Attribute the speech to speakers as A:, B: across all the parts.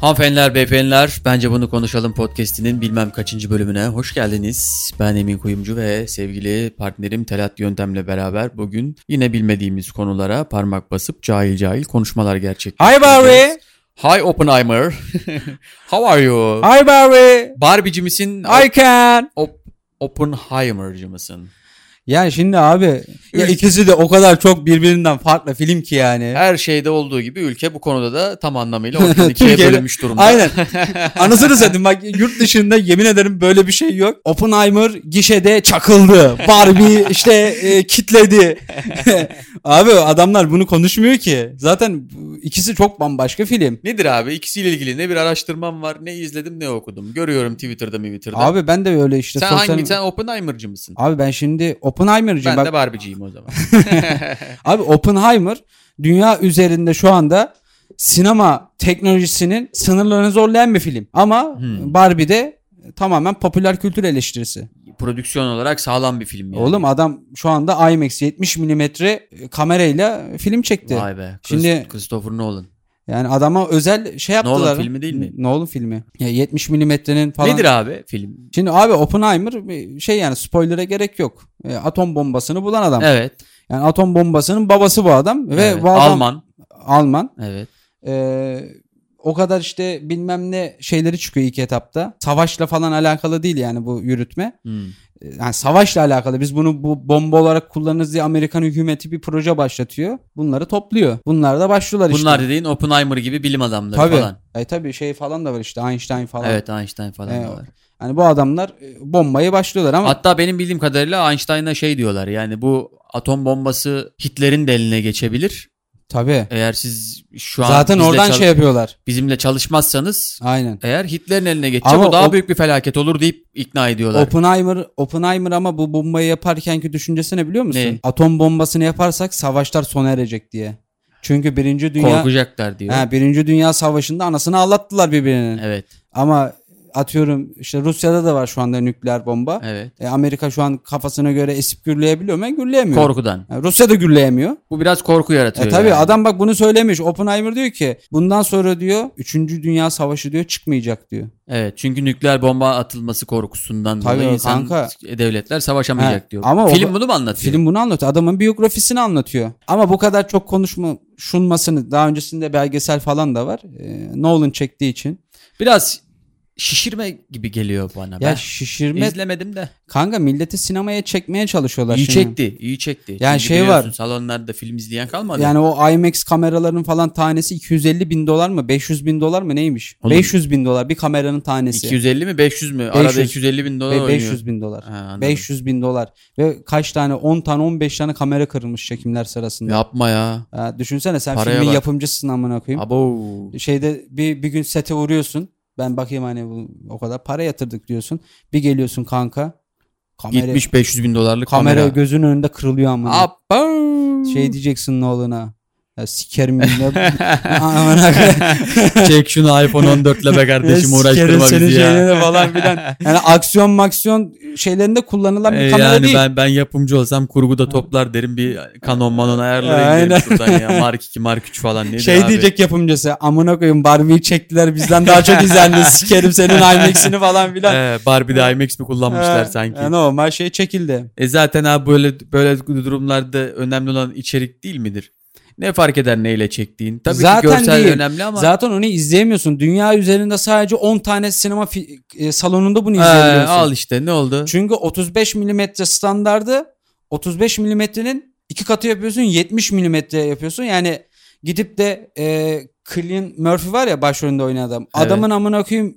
A: Hanımefendiler, beyefendiler, bence bunu konuşalım podcast'inin bilmem kaçıncı bölümüne hoş geldiniz. Ben Emin Kuyumcu ve sevgili partnerim Telat Yöntem'le beraber bugün yine bilmediğimiz konulara parmak basıp cahil cahil konuşmalar
B: Hi
A: gerçekleştireceğiz.
B: Barbie.
A: Hi Oppenheimer. How are you?
B: Hi Barbie.
A: Barbie'ci misin?
B: I can.
A: Op- Oppenheimer'cı mısın?
B: Yani şimdi abi ya
A: Üç.
B: ikisi de o kadar çok birbirinden farklı film ki yani.
A: Her şeyde olduğu gibi ülke bu konuda da tam anlamıyla ortadan ikiye
B: Türkiye'de-
A: bölünmüş durumda.
B: Aynen. Anasını satayım bak yurt dışında yemin ederim böyle bir şey yok. Oppenheimer gişede çakıldı. Barbie işte e, kitledi. abi adamlar bunu konuşmuyor ki. Zaten bu- ikisi çok bambaşka film.
A: Nedir abi? İkisiyle ilgili ne bir araştırmam var, ne izledim, ne okudum. Görüyorum Twitter'da, Twitter'da.
B: Abi ben de öyle işte
A: sen
B: sosyal-
A: hangi? Sen Oppenheimer'cı mısın?
B: Abi ben şimdi Oppenheimer'cıyım.
A: ben
B: Bak,
A: de Barbie'ciyim o zaman.
B: Abi Oppenheimer dünya üzerinde şu anda sinema teknolojisinin sınırlarını zorlayan bir film. Ama
A: Hmm.
B: Barbie de tamamen popüler kültür eleştirisi.
A: Prodüksiyon olarak sağlam bir film yani.
B: Oğlum adam şu anda IMAX 70 mm kamerayla film çekti.
A: Vay be. Şimdi...
B: Şimdi-
A: Christopher Nolan.
B: Yani adama özel şey
A: Nolan
B: yaptılar.
A: filmi değil mi?
B: Nolan filmi. Ya 70 mm'nin falan.
A: Nedir abi film?
B: Şimdi abi Oppenheimer bir şey yani spoiler'a gerek yok. E, Atom bombasını bulan adam.
A: Evet.
B: Yani atom bombasının babası bu adam ve
A: evet.
B: bu adam
A: Alman.
B: Alman.
A: Evet.
B: Ee, o kadar işte bilmem ne şeyleri çıkıyor ilk etapta. Savaşla falan alakalı değil yani bu yürütme.
A: Hmm.
B: Ee, Yani savaşla alakalı. Biz bunu bu bomba olarak kullanırız diye Amerikan hükümeti bir proje başlatıyor. Bunları topluyor. Bunlar da başlıyorlar işte.
A: Bunlar dediğin Oppenheimer gibi bilim adamları
B: tabii.
A: falan.
B: E, tabii şey falan da var işte Einstein falan.
A: Evet Einstein falan
B: Evet.
A: da var.
B: Yani bu adamlar e, bombayı başlıyorlar ama
A: Hatta benim bildiğim kadarıyla Einstein'a şey diyorlar yani bu atom bombası Hitler'in de eline geçebilir.
B: tabii.
A: Eğer siz şu an
B: Zaten
A: bizle
B: oradan
A: çal-
B: şey yapıyorlar.
A: bizimle çalışmazsanız
B: Aynen.
A: eğer Hitler'in eline geçecek
B: Ama
A: bu daha
B: o-
A: büyük bir felaket olur deyip ikna ediyorlar.
B: Oppenheimer, Oppenheimer ama bu bombayı yaparkenki düşüncesi ne biliyor musun?
A: Ne?
B: Atom bombasını yaparsak savaşlar sona erecek diye. Çünkü birinci dünya
A: Korkacaklar diyor.
B: Ha, Birinci Dünya Savaşı'nda anasını ağlattılar birbirinin.
A: Evet.
B: Ama atıyorum işte Rusya'da da var şu anda nükleer bomba.
A: Evet.
B: E, Amerika şu an kafasına göre esip gürleyebiliyor mu? E, Gürleyemiyor.
A: Korkudan.
B: Yani Rusya da gürleyemiyor.
A: Bu biraz korku yaratıyor.
B: E tabii
A: yani.
B: adam bak bunu söylemiş. Oppenheimer diyor ki bundan sonra diyor 3. Dünya Savaşı diyor çıkmayacak diyor.
A: Evet. Çünkü nükleer bomba atılması korkusundan
B: Tabii
A: dolayı insan
B: kanka.
A: devletler savaşamayacak
B: Ha,
A: diyor.
B: ama o-
A: film bunu mu anlatıyor?
B: Film bunu anlatıyor. Adamın biyografisini anlatıyor. Ama bu kadar çok konuşma şunmasını daha öncesinde belgesel falan da var. E, Nolan çektiği için.
A: Biraz şişirme gibi geliyor bana.
B: Ya
A: ben
B: şişirme
A: izlemedim de.
B: kanka milleti sinemaya çekmeye çalışıyorlar
A: İyi
B: şimdi.
A: çekti, iyi çekti.
B: Yani
A: Çünkü
B: şey var.
A: biliyorsun Salonlarda film izleyen kalmadı.
B: Yani o IMAX kameraların falan tanesi 250 bin dolar mı 500 bin dolar mı neymiş?
A: Oğlum-
B: 500 bin dolar bir kameranın tanesi.
A: 250 mi 500 mü? Arada 250 bin dolar
B: Ve
A: oynuyor.
B: 500 bin dolar.
A: Ha, anladım.
B: 500 bin dolar. Ve kaç tane 10 tane 15 tane kamera kırılmış çekimler sırasında.
A: Yapma ya.
B: Ha, düşünsene sen
A: Paraya
B: filmin
A: bak.
B: yapımcısın amına koyayım.
A: Abo.
B: Şeyde bir, bir gün sete uğruyorsun. Ben bakayım hani bu, o kadar para yatırdık diyorsun. Bir geliyorsun kanka. Kamera,
A: Gitmiş 500 bin dolarlık
B: kamera,
A: kamera.
B: gözünün önünde kırılıyor amına.
A: Abo.
B: Şey diyeceksin Nolan'a. Ya sikerim ne amına koyayım.
A: Çek şunu iPhone 14 ile be kardeşim uğraştırma
B: Sikerim
A: bizi
B: senin
A: ya.
B: şeyini falan filan. Yani aksiyon maksiyon şeylerinde kullanılan bir
A: Ee,
B: kamera
A: yani
B: değil.
A: ben ben yapımcı olsam kurguda toplar derim bir Canon Manon ayarları
B: Aynen.
A: indirim şuradan ya. Mark 2 Mark 3 falan nedir
B: şey
A: abi?
B: diyecek yapımcısı amına koyayım Barbie'yi çektiler bizden daha çok izlendi sikerim senin IMAX'ini falan filan.
A: Ee, Barbie'de IMAX mi kullanmışlar
B: Ee,
A: sanki?
B: e, Normal şey çekildi.
A: E zaten abi böyle böyle durumlarda önemli olan içerik değil midir? Ne fark eder neyle çektiğin? Tabii ki
B: Zaten
A: görsel
B: değil.
A: önemli ama
B: Zaten onu izleyemiyorsun. Dünya üzerinde sadece 10 tane sinema fi- e, salonunda bunu
A: Ee,
B: izleyebiliyorsun.
A: al işte ne oldu?
B: Çünkü 35 milimetre standardı 35 milimetrenin iki katı yapıyorsun 70 milimetre yapıyorsun. Yani gidip de e, Cillian Murphy var ya başrolünde oynayan adam. Adamın amına koyayım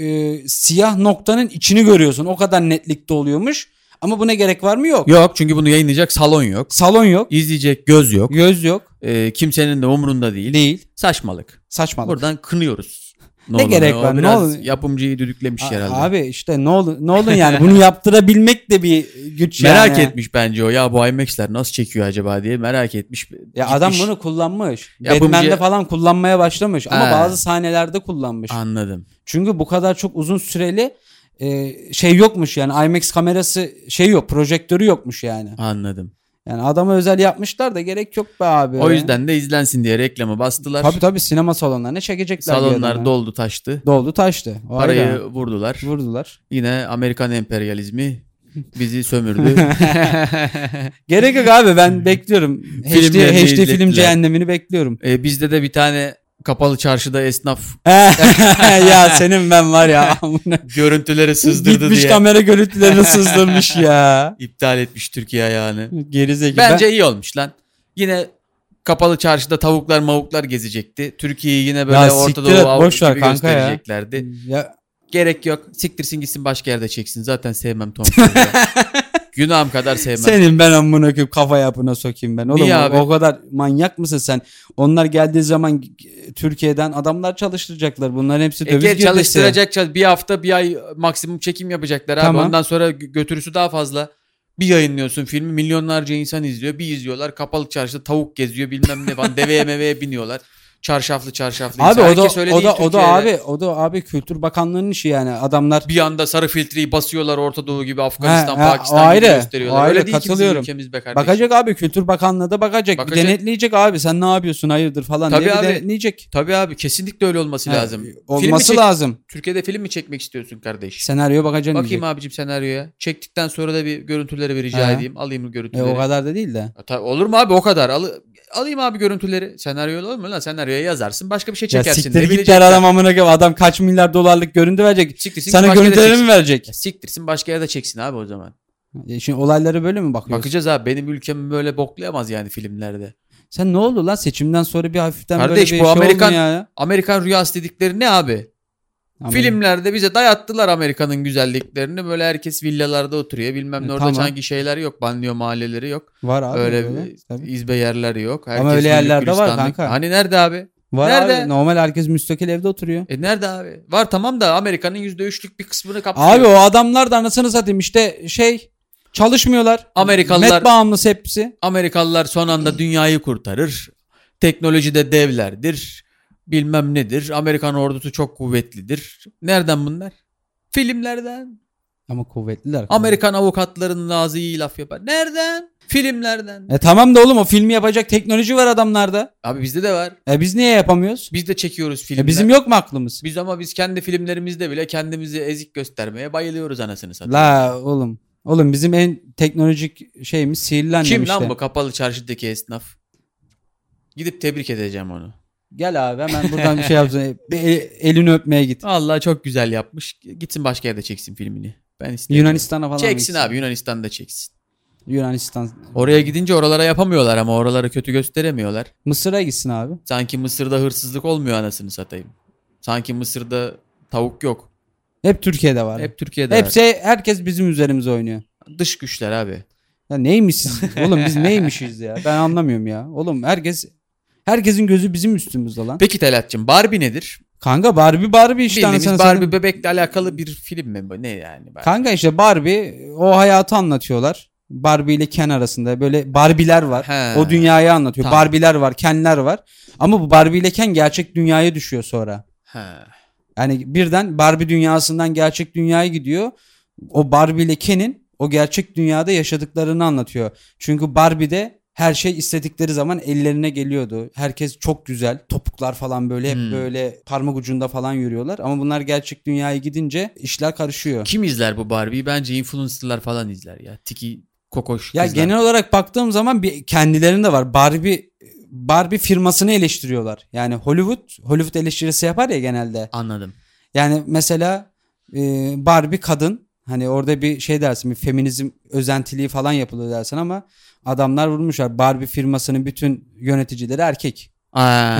B: e, siyah noktanın içini görüyorsun. O kadar netlikte oluyormuş. Ama buna gerek var mı? Yok.
A: Yok çünkü bunu yayınlayacak salon yok.
B: Salon yok.
A: izleyecek göz yok.
B: Göz yok.
A: Ee, kimsenin de umurunda değil.
B: Değil.
A: Saçmalık.
B: Saçmalık.
A: Buradan kınıyoruz.
B: Ne
A: Nolan'ı.
B: gerek
A: O
B: var?
A: Biraz
B: Nolan-
A: yapımcıyı düdüklemiş
B: A-
A: herhalde.
B: Abi işte ne olun ne olun yani bunu yaptırabilmek de bir güç
A: merak
B: yani.
A: etmiş bence o. Ya bu IMAX'ler nasıl çekiyor acaba diye merak etmiş.
B: Ya
A: Gitmiş.
B: adam bunu kullanmış.
A: Yapımcı-
B: Batman'de falan kullanmaya başlamış ama
A: Ha.
B: bazı sahnelerde kullanmış.
A: Anladım.
B: Çünkü bu kadar çok uzun süreli e, şey yokmuş yani IMAX kamerası şey yok, projektörü yokmuş yani.
A: Anladım.
B: Yani adama özel yapmışlar da gerek yok be abi.
A: O yüzden de izlensin diye reklamı bastılar.
B: Tabii tabii sinema salonlarına çekecekler. bir
A: Salonlar
B: adamı.
A: doldu taştı.
B: Doldu taştı. O
A: Parayı
B: ayrı.
A: vurdular.
B: vurdular.
A: Yine Amerikan emperyalizmi bizi sömürdü.
B: Gerek yok abi ben bekliyorum. HD,
A: Filmlerini
B: HD film
A: izlettiler.
B: cehennemini bekliyorum.
A: E, bizde de bir tane kapalı çarşıda esnaf
B: ya senin ben var ya. amına.
A: görüntülere sızdırdı
B: Gitmiş
A: diye
B: kamera görüntülerini sızdırmış ya.
A: iptal etmiş Türkiye ayağını.
B: Gerizekalı.
A: Bence iyi olmuş lan. Yine kapalı çarşıda tavuklar mavuklar gezecekti. Türkiye'yi yine böyle
B: Ya
A: Orta
B: siktir
A: Doğu
B: et,
A: Avrupa
B: boş ver
A: gibi
B: kanka ya.
A: göstereceklerdi.
B: Ben- ya,
A: Gerek yok. Siktirsin gitsin başka yerde çeksin. Zaten sevmem Tom Cruise'u. Günahım kadar sevmem.
B: senin ben amına koyup kafa yapına sokayım ben. Oğlum
A: Niye abi?
B: o kadar manyak mısın sen? Onlar geldiği zaman Türkiye'den adamlar çalıştıracaklar. Bunların hepsi
A: E
B: döviz
A: gel
B: girdisi.
A: çalıştıracak çalış- bir hafta bir ay maksimum çekim yapacaklar
B: Tamam.
A: abi. Ondan sonra gö- götürüsü daha fazla. Bir yayınlıyorsun filmi milyonlarca insan izliyor. Bir izliyorlar kapalı çarşıda tavuk geziyor bilmem ne falan. Deveye meveye biniyorlar. Çarşaflı çarşaflı.
B: Abi
A: insan.
B: o da
A: Herkes öyle
B: o
A: değil
B: da o da
A: Türkiye'de.
B: abi o da abi Kültür Bakanlığı'nın işi yani. Adamlar
A: Bir anda sarı filtreyi basıyorlar Orta Doğu gibi Afganistan,
B: Ha, ha,
A: Pakistan
B: o ayrı,
A: gibi gösteriyorlar.
B: o ayrı,
A: öyle değil ki bizim
B: katılıyorum.
A: ülkemiz be kardeşim.
B: bakacak abi Kültür Bakanlığı da bakacak.
A: Bakacak.
B: Denetleyecek abi sen ne yapıyorsun hayırdır falan
A: Tabii
B: diye bir
A: abi.
B: denetleyecek.
A: Tabii abi kesinlikle öyle olması
B: Ha,
A: lazım. Filmi
B: Olması
A: çek-
B: lazım.
A: Türkiye'de film mi çekmek istiyorsun kardeş?
B: Senaryo bakacaksın
A: Bakayım
B: diyecek.
A: abicim senaryoya. Çektikten sonra da bir görüntüleri bir rica
B: Ha.
A: edeyim. Alayım
B: E,
A: görüntüleri.
B: o kadar da değil de.
A: Ya tabii olur mu abi o kadar. Al- alayım abi görüntüleri. Senaryo olur mu lan? Senaryoya yazarsın. Başka bir şey
B: Ya
A: çekersin.
B: siktir
A: Ne
B: git
A: bilecekler?
B: der adam amına koyayım. Adam kaç milyar dolarlık görüntü verecek.
A: Siktirsin.
B: Sana
A: başka yere
B: görüntüleri
A: çeksin.
B: mi verecek?
A: Ya siktirsin başka yerde çeksin abi o zaman.
B: E, Şimdi olaylara böyle mi bakıyorsun?
A: Bakacağız abi benim ülkem böyle boklayamaz yani filmlerde.
B: Sen ne oldu lan seçimden sonra bir hafiften böyle bir
A: Kardeş,
B: şey
A: bu Amerikan-
B: olmuyor ya.
A: Amerikan rüyası dedikleri ne abi?
B: Aman.
A: Filmlerde bize dayattılar Amerika'nın güzelliklerini. Böyle herkes villalarda oturuyor. Bilmem ne
B: E,
A: orada
B: tamam.
A: hangi şeyler yok. Banlıyor mahalleleri yok.
B: var abi
A: öyle
B: böyle,
A: bir
B: tabii.
A: izbe yerler yok.
B: öyle
A: güllük
B: yerlerde var
A: gülistanlık.
B: kanka.
A: Hani nerede abi?
B: Var
A: Nerede?
B: abi normal herkes müstakil evde oturuyor.
A: E nerede abi? Var tamam da Amerika'nın %3'lük bir kısmını kapsıyor.
B: Abi o adamlar da anasını satayım işte şey çalışmıyorlar.
A: Amerikalılar-
B: Met bağımlısı hepsi.
A: Amerikalılar son anda dünyayı kurtarır. Teknolojide devlerdir. Bilmem nedir. Amerikan ordusu çok kuvvetlidir. Nereden bunlar? Filmlerden.
B: Ama kuvvetliler.
A: Amerikan avukatlarının ağzı iyi laf yapar. Nereden? Filmlerden.
B: E tamam da oğlum o filmi yapacak teknoloji var adamlarda.
A: Abi bizde de var.
B: E biz niye yapamıyoruz?
A: Biz de çekiyoruz filmler.
B: E bizim yok mu aklımız?
A: Biz ama biz kendi filmlerimizde bile kendimizi ezik göstermeye bayılıyoruz anasını satayım.
B: La oğlum. Oğlum bizim en teknolojik şeyimiz sihirli annem
A: Kim
B: işte.
A: lan bu kapalı çarşıdaki esnaf? Gidip tebrik edeceğim onu.
B: Gel abi hemen buradan bir şey yapsın. Bir el- elini öpmeye git.
A: Allah çok güzel yapmış. Gitsin başka yerde çeksin filmini. Ben istemiyorum.
B: Yunanistan'a falan
A: Çeksin
B: gitsin.
A: abi Yunanistan'da çeksin.
B: Yunanistan.
A: Oraya gidince oralara yapamıyorlar ama oraları kötü gösteremiyorlar.
B: Mısır'a gitsin abi.
A: Sanki Mısır'da hırsızlık olmuyor anasını satayım. Sanki Mısır'da tavuk yok.
B: Hep Türkiye'de var.
A: Hep Türkiye'de var.
B: Hepsi herkes bizim üzerimize oynuyor.
A: dış güçler abi.
B: Ya neymişiz? oğlum biz neymişiz ya? Ben anlamıyorum ya. Oğlum herkes herkesin gözü bizim üstümüzde lan.
A: Peki Telat'cığım Barbie nedir?
B: Kanka Barbie Barbie işte anasını
A: Bildiğimiz
B: satayım.
A: Barbie bebekle alakalı bir film mi bu? Ne yani? Barbie?
B: Kanka işte Barbie o hayatı anlatıyorlar. Barbie ile Ken arasında böyle Barbiler var.
A: He.
B: O dünyayı anlatıyor.
A: Tamam.
B: Barbiler var, Kenler var. Ama bu Barbie ile Ken gerçek dünyaya düşüyor sonra.
A: Ha.
B: Yani birden Barbie dünyasından gerçek dünyaya gidiyor. O Barbie ile Ken'in o gerçek dünyada yaşadıklarını anlatıyor. Çünkü Barbie'de her şey istedikleri zaman ellerine geliyordu. Herkes çok güzel. Topuklar falan böyle hep
A: Hmm.
B: böyle parmak ucunda falan yürüyorlar. Ama bunlar gerçek dünyaya gidince işler karışıyor.
A: Kim izler bu Barbie'yi? Bence influencerlar falan izler ya. Tiki kokoş
B: Ya
A: kızlar.
B: genel olarak baktığım zaman bir kendilerinde var. Barbie Barbie firmasını eleştiriyorlar. Yani Hollywood Hollywood eleştirisi yapar ya genelde.
A: Anladım.
B: Yani mesela e, Barbie kadın hani orada bir şey dersin bir feminizm özentiliği falan yapılıyor dersin ama adamlar vurmuşlar. Barbie firmasının bütün yöneticileri erkek.
A: Aa,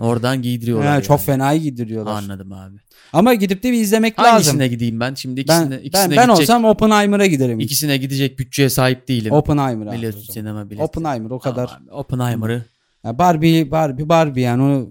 A: oradan giydiriyorlar.
B: Ha,
A: yani.
B: Çok fenayı giydiriyorlar.
A: Anladım abi.
B: Ama gidip de bir izlemek lazım.
A: Hangisine gideyim ben? Şimdi ikisine,
B: ben
A: ikisine
B: ben, ben
A: gidecek.
B: olsam Oppenheimer'a giderim.
A: İkisine gidecek bütçeye sahip değilim.
B: Oppenheimer'a.
A: Biliyorsun sinema bileti.
B: Oppenheimer o kadar.
A: Tamam abi, Oppenheimer'ı.
B: Ya Barbie, Barbie, Barbie yani onu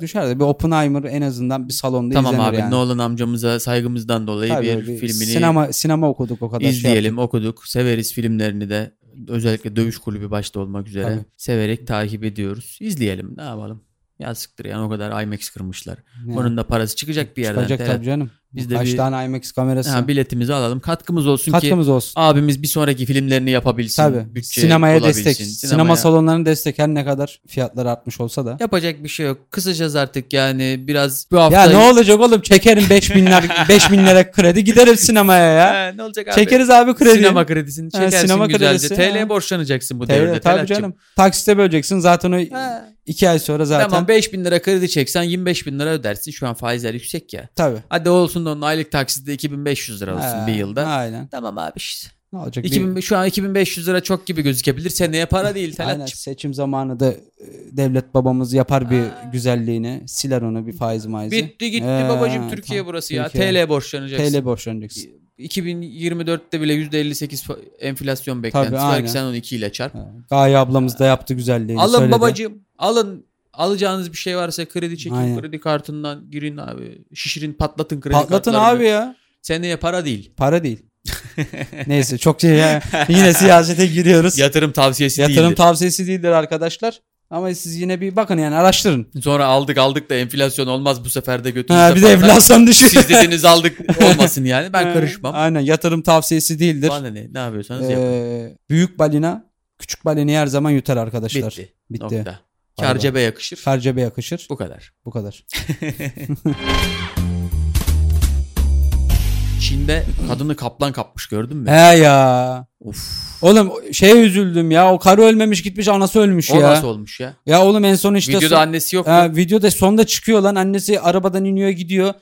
B: düşer de bir Oppenheimer en azından bir salonda
A: Tamam
B: izlenir
A: abi
B: yani.
A: Nolan amcamıza saygımızdan dolayı
B: Tabii
A: bir
B: öyle bir
A: filmini
B: sinema sinema okuduk o kadar. şey
A: izleyelim, okuduk. Severiz filmlerini de. Özellikle Dövüş Kulübü başta olmak üzere.
B: Tabii.
A: Severek takip ediyoruz. İzleyelim ne yapalım. Yazıktır yani o kadar IMAX kırmışlar.
B: yaptık. Yani
A: Onun da parası çıkacak bir yerden.
B: tutacak
A: Telat.
B: tabii canım.
A: Biz de
B: Kaç
A: bir
B: tane IMAX kamerası.
A: ha, biletimizi alalım. Katkımız olsun ki
B: Katkımız olsun.
A: abimiz bir sonraki filmlerini yapabilsin.
B: Tabii.
A: bütçe
B: Sinemaya
A: bulabilsin.
B: destek. Sinema
A: Sinemaya-
B: salonlarına destek her ne kadar fiyatları artmış olsa da.
A: Yapacak bir şey yok. Kısacağız artık yani biraz bu hafta.
B: Ya ne olacak oğlum çekerim 5000'ler 5000 lira kredi giderim sinemaya ya.
A: Ha, ne olacak abi?
B: Çekeriz abi kredi.
A: Sinema kredisini
B: Ha,
A: çekersin
B: sinema
A: güzelce.
B: kredisi,
A: TL'ye
B: ha.
A: borçlanacaksın bu devirde.
B: Tabii, tabii
A: Telatçım.
B: canım. Taksite böleceksin zaten o
A: Ha.
B: iki ay sonra zaten.
A: Tamam 5 bin lira kredi çeksen 25 bin lira ödersin. Şu an faizler yüksek ya.
B: Tabii.
A: Hadi olsun da onun aylık taksidi 2500 lira olsun
B: Ha,
A: bir yılda.
B: Aynen.
A: Tamam abi işte.
B: Ne olacak? bir-
A: 2000, şu an 2500 lira çok gibi gözükebilir. Seneye para değil
B: Aynen
A: Talatçım.
B: seçim zamanı da e, devlet babamız yapar bir
A: Ha.
B: güzelliğini. Siler onu bir faiz maizi.
A: Bitti gitti
B: Ee,
A: babacım Türkiye
B: tamam,
A: burası
B: Türkiye.
A: ya. TL borçlanacaksın.
B: TL borçlanacaksın.
A: 2024'te bile %58 fa- enflasyon beklentisi
B: Tabii,
A: var
B: aynen.
A: ki sen onu 2 ile çarp.
B: Ha, Gaye ablamız da yaptı güzelliğini.
A: alın
B: söyledi.
A: babacığım alın. Alacağınız bir şey varsa kredi çekin.
B: Aynen.
A: Kredi kartından girin abi. Şişirin patlatın kredi
B: Patlatın
A: kartlarını.
B: abi ya.
A: Seneye para değil.
B: Para değil. Neyse çok şey ya. Yine siyasete giriyoruz.
A: Yatırım tavsiyesi
B: Yatırım
A: değildir.
B: tavsiyesi değildir arkadaşlar. Ama siz yine bir bakın yani araştırın.
A: Sonra aldık aldık da enflasyon olmaz bu sefer de götünüzü
B: Ha, bir de
A: patlar.
B: enflasyon düşüyor.
A: Siz dediniz aldık olmasın yani. Ben karışmam.
B: Aynen yatırım tavsiyesi değildir.
A: Bana ne? Ne yapıyorsanız yapın.
B: Ee, büyük balina küçük balinayı her zaman yutar arkadaşlar.
A: Bitti.
B: Bitti.
A: Nokta.
B: Bay
A: Kar
B: bay.
A: cebe yakışır.
B: Kar cebe yakışır.
A: Bu kadar.
B: Bu kadar.
A: Çin'de kadını kaplan kapmış gördün mü?
B: He ya.
A: Of.
B: Oğlum şeye üzüldüm ya. O karı ölmemiş gitmiş anası ölmüş
A: O
B: ya.
A: nasıl olmuş ya?
B: Ya oğlum en son işte
A: Videoda
B: son-
A: annesi yok.
B: Ha, videoda sonda çıkıyor lan annesi arabadan iniyor gidiyor.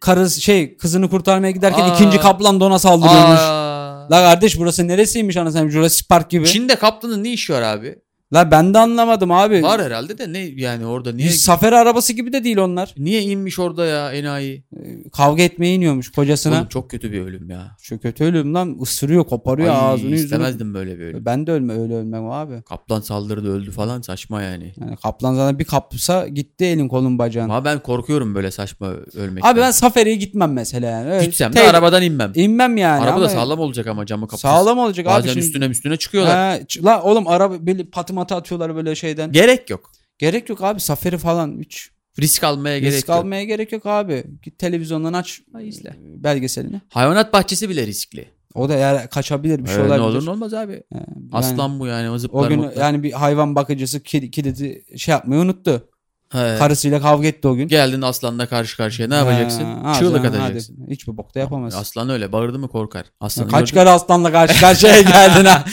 B: Karısı şey kızını kurtarmaya giderken
A: Aa.
B: ikinci kaplan da ona saldırıyormuş.
A: Aa.
B: La kardeş burası neresiymiş anasını Jurassic Park gibi.
A: Çin'de kaplanın ne işi var abi?
B: La ben de anlamadım abi.
A: Var herhalde de ne yani orada
B: Bir
A: niye
B: safari arabası gibi de değil onlar.
A: niye inmiş orada ya enayi?
B: Ee, Kavga etmeye iniyormuş kocasına.
A: Oğlum çok kötü bir ölüm ya.
B: Şu kötü ölüm lan ısırıyor koparıyor
A: Ay,
B: ağzını yüzünü.
A: istemezdim böyle bir ölüm.
B: Ben de ölme öyle ölmem abi.
A: Kaplan saldırdı öldü falan saçma yani.
B: Yani kaplan zaten bir kapsa gitti elin kolun bacağın. Abi,
A: Ama ben korkuyorum böyle saçma ölmekten.
B: ben safariye gitmem mesela. Yani. Öyle
A: gitsem de
B: tek-
A: arabadan inmem.
B: inmem yani.
A: Araba
B: ama-
A: da sağlam olacak ama camı kapatırsın.
B: Sağlam olacak abi
A: Bazen
B: şimdi.
A: üstüne üstüne çıkıyorlar.
B: Ha, ç- la oğlum araba böyle patı matı atıyorlar böyle şeyden.
A: Gerek yok.
B: gerek yok abi safari falan hiç.
A: Risk almaya gerek
B: risk
A: yok.
B: almaya gerek yok abi. Git televizyondan aç e,
A: Ha, izle.
B: belgeselini.
A: Hayvanat bahçesi bile riskli.
B: O da eğer kaçabilir bir şey
A: Ee, ne
B: olabilir.
A: olur ne olmaz abi.
B: Yani
A: Aslan bu yani o zıplar
B: o gün
A: mıplar.
B: yani bir hayvan bakıcısı kedi, kilidi şey yapmayı unuttu.
A: He.
B: Karısıyla kavga etti o gün.
A: Geldin aslanla karşı karşıya ne yapacaksın?
B: Ha, hadi
A: Çığlık
B: lan,
A: atacaksın.
B: hadi. Hiçbir bokta yapamazsın.
A: Aslan öyle bağırdı mı korkar. Aslan
B: Kaç kere aslanla karşı karşıya geldin ha?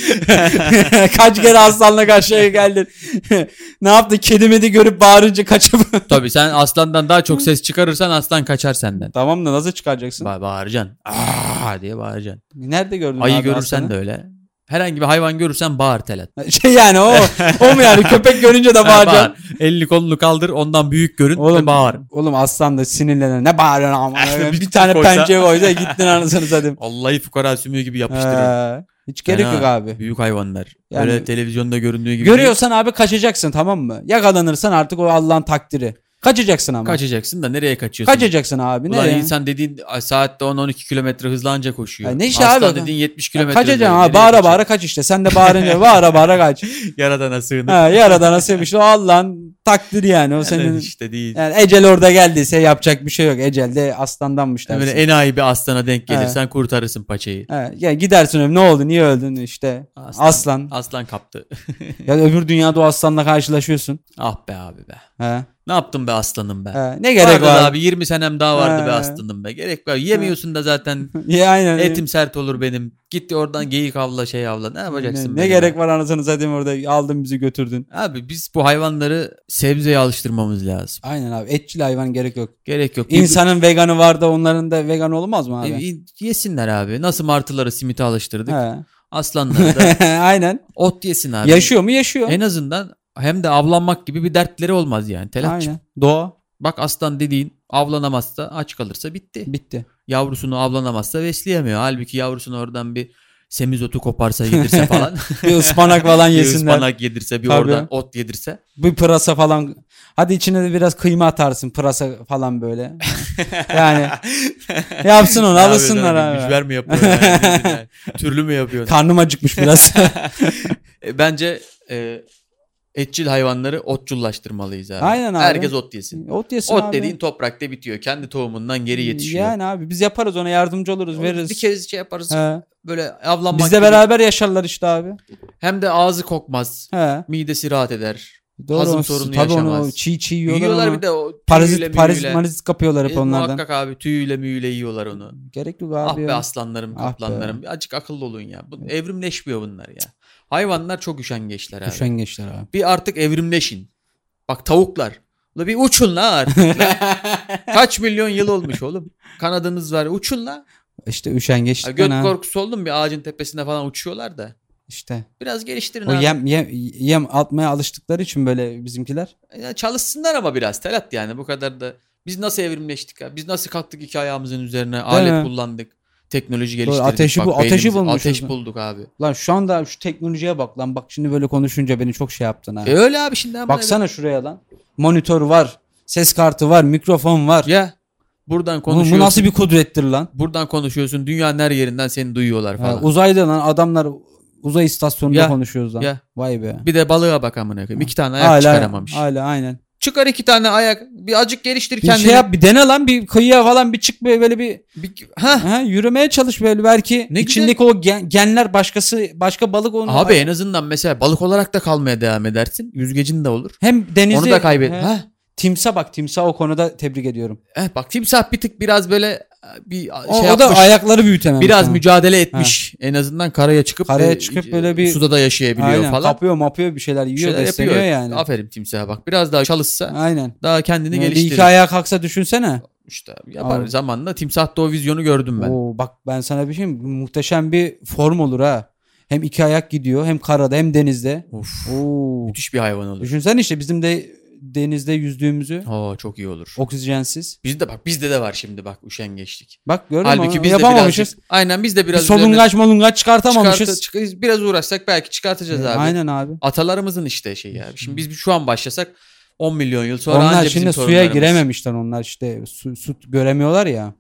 B: Kaç kere aslanla karşıya geldin? ne yaptın? Kedi medi görüp bağırınca kaçıp
A: Tabii sen aslandan daha çok ses çıkarırsan aslan kaçar senden.
B: Tamam da nasıl çıkaracaksın?
A: Ba bağıracaksın. Aa diye bağıracaksın.
B: Nerede gördün
A: Ayı
B: abi
A: görürsen de öyle. Herhangi bir hayvan görürsen bağır telat.
B: aslanı? Şey yani o, o mu yani köpek görünce de bağıracaksın.
A: Elini kolunu kaldır ondan büyük görün ve
B: Oğlum-
A: bağır.
B: Oğlum aslan da sinirlenir. Ne bağırıyorsun ama? bir tane
A: koysa-
B: pençe koysa gittin anasını satayım.
A: Vallahi fukara sümüğü gibi yapıştırır.
B: Ee, hiç gerek
A: Fena.
B: yok abi.
A: Büyük hayvanlar.
B: Yani-
A: öyle televizyonda göründüğü gibi. değil.
B: Görüyorsan abi kaçacaksın tamam mı? Yakalanırsan artık o Allah'ın takdiri. Kaçacaksın ama.
A: Kaçacaksın da nereye kaçıyorsun?
B: Kaçacaksın abi.
A: Ulan
B: nereye?
A: insan dediğin ay, saatte 10-12 kilometre hızla anca koşuyor.
B: Ya ne işi
A: Aslan
B: abi?
A: dediğin 70
B: Ya
A: kilometre.
B: kaçacaksın
A: hızla.
B: abi.
A: Nereye
B: Bağıra
A: kaçıyor?
B: bağıra kaç işte. Sen de bağırınca bağıra bağıra kaç.
A: Yaradana sığınır.
B: Ha, yarada nasılmış o Allah'ın takdiri yani. O
A: Senin
B: senin
A: işte değil.
B: yani ecel orada geldiyse yapacak bir şey yok. Ecel de aslandanmış dersin.
A: Böyle e- enayi bir aslana denk gelirsen kurtarırsın paçayı.
B: Ha, ya gidersin öyle, ne oldu niye öldün işte.
A: Aslan.
B: Aslan.
A: Aslan kaptı.
B: Ya öbür dünyada o aslanla karşılaşıyorsun.
A: ah be abi be.
B: Ha,
A: Ne yaptın be aslanım be?
B: ha, ne
A: Gerek
B: gerek var?
A: abi 20 senem daha vardı be
B: Ha.
A: aslanım be. Gerek var. Yemiyorsun da zaten
B: Ya, aynen.
A: etim sert olur benim. Git oradan geyik avla şey avla. Ne yapacaksın?
B: Ne, ne
A: benim
B: gerek
A: ya?
B: var anasını satayım orada aldın bizi götürdün.
A: Abi biz bu hayvanları sebzeye alıştırmamız lazım.
B: Aynen abi etçil hayvan gerek yok.
A: Gerek yok.
B: İnsanın veganı var da onların da vegan olmaz mı abi?
A: E, Yesinler abi. Nasıl martıları simite alıştırdık.
B: He.
A: Aslanlar da
B: Aynen.
A: ot yesin abi. E,
B: Yaşıyor mu yaşıyor.
A: En azından hem de avlanmak gibi bir dertleri olmaz yani. Telatçım.
B: Aynen. Doğa
A: Bak aslan dediğin avlanamazsa aç kalırsa bitti.
B: bitti.
A: Yavrusunu avlanamazsa besleyemiyor. Halbuki yavrusunu oradan bir semizotu koparsa yedirse falan.
B: Bir ıspanak falan
A: bir
B: yesinler.
A: ıspanak yedirse bir
B: Tabii.
A: oradan ot yedirse.
B: Bir pırasa falan. Hadi içine de biraz kıyma atarsın pırasa falan böyle. yani yapsın onu
A: Ne
B: alışsınlar
A: yapıyor sana?
B: abi.
A: hani Mücver mi yapıyor? yani? Nedir yani? Türlü mü yapıyor?
B: Karnım acıkmış biraz.
A: E, Bence e, etçil hayvanları otçullaştırmalıyız abi.
B: Aynen abi.
A: Herkes ot yesin.
B: Ot yesin
A: Ot
B: abi.
A: dediğin toprakta bitiyor. Kendi tohumundan geri yetişiyor.
B: Yani abi biz yaparız ona yardımcı oluruz
A: Onu
B: veririz.
A: Bir kez şey yaparız.
B: He.
A: Böyle avlanmak
B: Bizle
A: gibi.
B: beraber yaşarlar işte abi.
A: Hem de ağzı kokmaz.
B: He.
A: Midesi rahat eder.
B: Doğru.
A: Hazım
B: onu-
A: sorunu
B: tabii onu
A: yaşamaz.
B: çiğ çiğ yiyorlar,
A: Yiyorlar
B: onu.
A: bir de o tüyüyle
B: Parazit, parazit
A: müyüyle.
B: marazit kapıyorlar hep
A: E,
B: onlardan.
A: Muhakkak abi tüyüyle müyüyle yiyorlar onu.
B: Gerek yok
A: Ah
B: abi.
A: be
B: ya.
A: aslanlarım,
B: Ah be.
A: kaplanlarım. Acık akıllı olun ya. Bu, evrimleşmiyor bunlar ya. Hayvanlar çok üşengeçler abi.
B: Üşengeçler abi.
A: Bir artık evrimleşin. Bak tavuklar. La bir uçun la artık. la. Kaç milyon yıl olmuş oğlum. Kanadınız var. Uçun la.
B: İşte
A: Ha,
B: üşengeçlikten
A: Göt
B: ha.
A: korkusu oldum bir ağacın tepesinde falan uçuyorlar da.
B: İşte.
A: Biraz geliştirin
B: O
A: abi.
B: yem, yem, yem atmaya alıştıkları için böyle bizimkiler.
A: Ya çalışsınlar ama biraz Telat yani bu kadar da. Biz nasıl evrimleştik ya? Biz nasıl kalktık iki ayağımızın üzerine alet
B: mi?
A: kullandık. Teknoloji geliştirdik.
B: ateşi
A: Bak
B: bu- ateşi
A: beynimizi-
B: bulmuşuz.
A: Ateş bulduk abi.
B: Lan şu anda şu teknolojiye bak lan. Bak şimdi böyle konuşunca beni çok şey yaptın ha.
A: E öyle abi şimdi. amına
B: Baksana şuraya lan. Monitör var. Ses kartı var. Mikrofon var.
A: koyayım. Ya buradan
B: Bu,
A: konuşuyorsun.
B: bu nasıl bir kudrettir lan?
A: Buradan konuşuyorsun. Dünyanın her yerinden seni duyuyorlar
B: Ha,
A: falan.
B: uzayda lan adamlar uzay istasyonunda
A: Ya,
B: konuşuyoruz lan.
A: ya.
B: Vay be.
A: bir de balığa bak amına koyayım. İki tane ayak
B: Hala,
A: çıkaramamış.
B: hala aynen.
A: Çıkar iki tane ayak. Bir acık geliştir
B: Bir
A: kendini.
B: şey yap bir dene lan bir kıyıya falan bir çık böyle, böyle bir
A: Bir- ha.
B: ha, yürümeye çalış böyle belki
A: Ne
B: içindeki o gen- genler başkası başka balık onu
A: Abi en azından mesela balık olarak da kalmaya devam edersin. Yüzgecin de olur.
B: hem denizi
A: Onu da kaybet.
B: He.
A: Ha.
B: Timsah bak timsah o konuda tebrik ediyorum.
A: Eh, bak timsah bir tık biraz böyle e, bir şey
B: O, o
A: yapmış.
B: da ayakları büyütememiş.
A: biraz
B: ha.
A: mücadele etmiş. En azından karaya çıkıp
B: Karaya
A: e,
B: çıkıp
A: e,
B: böyle bir-
A: suda da yaşayabiliyor
B: Aynen,
A: falan.
B: Kapıyor mapıyor bir şeyler
A: Bir
B: yiyor
A: şeyler
B: besleniyor
A: yapıyor.
B: yani.
A: Aferin timsaha bak. Biraz daha çalışsa
B: Aynen.
A: daha kendini
B: Yani bir
A: geliştirir.
B: iki ayağa kalksa düşünsene.
A: İşte yapar
B: Abi.
A: zamanla timsahta o vizyonu gördüm ben.
B: Oo, bak ben sana bir şey mi? Muhteşem bir form olur ha. Hem iki ayak gidiyor hem karada hem denizde.
A: Of.
B: Oo.
A: Müthiş bir hayvan olur.
B: Düşünsene işte bizim de denizde yüzdüğümüzü
A: Oo çok iyi olur.
B: oksijensiz.
A: Bizde bak bizde de var şimdi bak üşengeçlik.
B: Bak gördün mü?
A: Halbuki biz de
B: Yapamamışız.
A: birazcık, aynen biz de
B: bir
A: biraz üzerine
B: solungaç molungaç çıkartamamışız.
A: çıkartı- çık- biraz uğraşsak belki çıkartacağız
B: Ee,
A: abi.
B: Aynen abi.
A: Atalarımızın işte şeyi abi. Şimdi biz şu an başlasak 10 milyon yıl sonra
B: onlar
A: anca
B: şimdi
A: bizim
B: suya
A: torunlarımız-
B: girememişler onlar işte su, su göremiyorlar ya.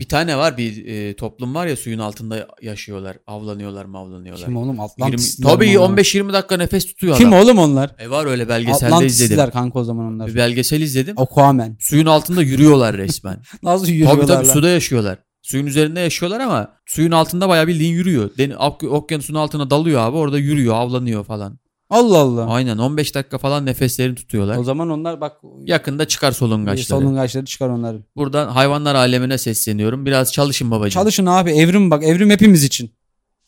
A: Bir tane var bir e, toplum var ya suyun altında yaşıyorlar. Avlanıyorlar mavlanıyorlar.
B: Kim oğlum
A: 20,
B: Atlantisliler. mi
A: tabii
B: onlar?
A: 15-20 dakika nefes tutuyor
B: Kim
A: adam.
B: oğlum onlar?
A: E var öyle belgeselde izledim.
B: Atlantisliler kanka o zaman onlar.
A: Bir belgesel izledim.
B: Aquaman.
A: Suyun altında yürüyorlar resmen.
B: Nasıl
A: tabii
B: yürüyorlar
A: tabii
B: lan?
A: suda yaşıyorlar. Suyun üzerinde yaşıyorlar ama suyun altında bayağı bildiğin yürüyor. Deni, ok- okyanusun altına dalıyor abi orada yürüyor avlanıyor falan.
B: Allah Allah.
A: Aynen 15 dakika falan nefeslerini
B: O
A: tutuyorlar.
B: zaman onlar bak
A: Yakında çıkar solungaçları.
B: solungaçları çıkar onların.
A: Buradan hayvanlar alemine sesleniyorum. Biraz çalışın babacığım.
B: Çalışın abi evrim bak evrim hepimiz için.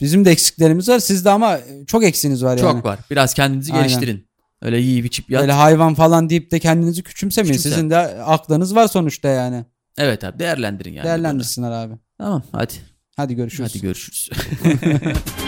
B: Bizim de eksiklerimiz var. Sizde ama çok eksiğiniz var
A: Çok
B: yani.
A: var. Biraz kendinizi
B: Aynen.
A: geliştirin. Öyle yiyip içip yat.
B: Böyle hayvan falan deyip de kendinizi küçümsemeyin.
A: Küçümse.
B: Sizin de aklınız var sonuçta yani.
A: Evet abi değerlendirin yani.
B: Değerlendirsinler abi.
A: bunu. Tamam hadi.
B: Hadi görüşürüz.
A: Hadi görüşürüz.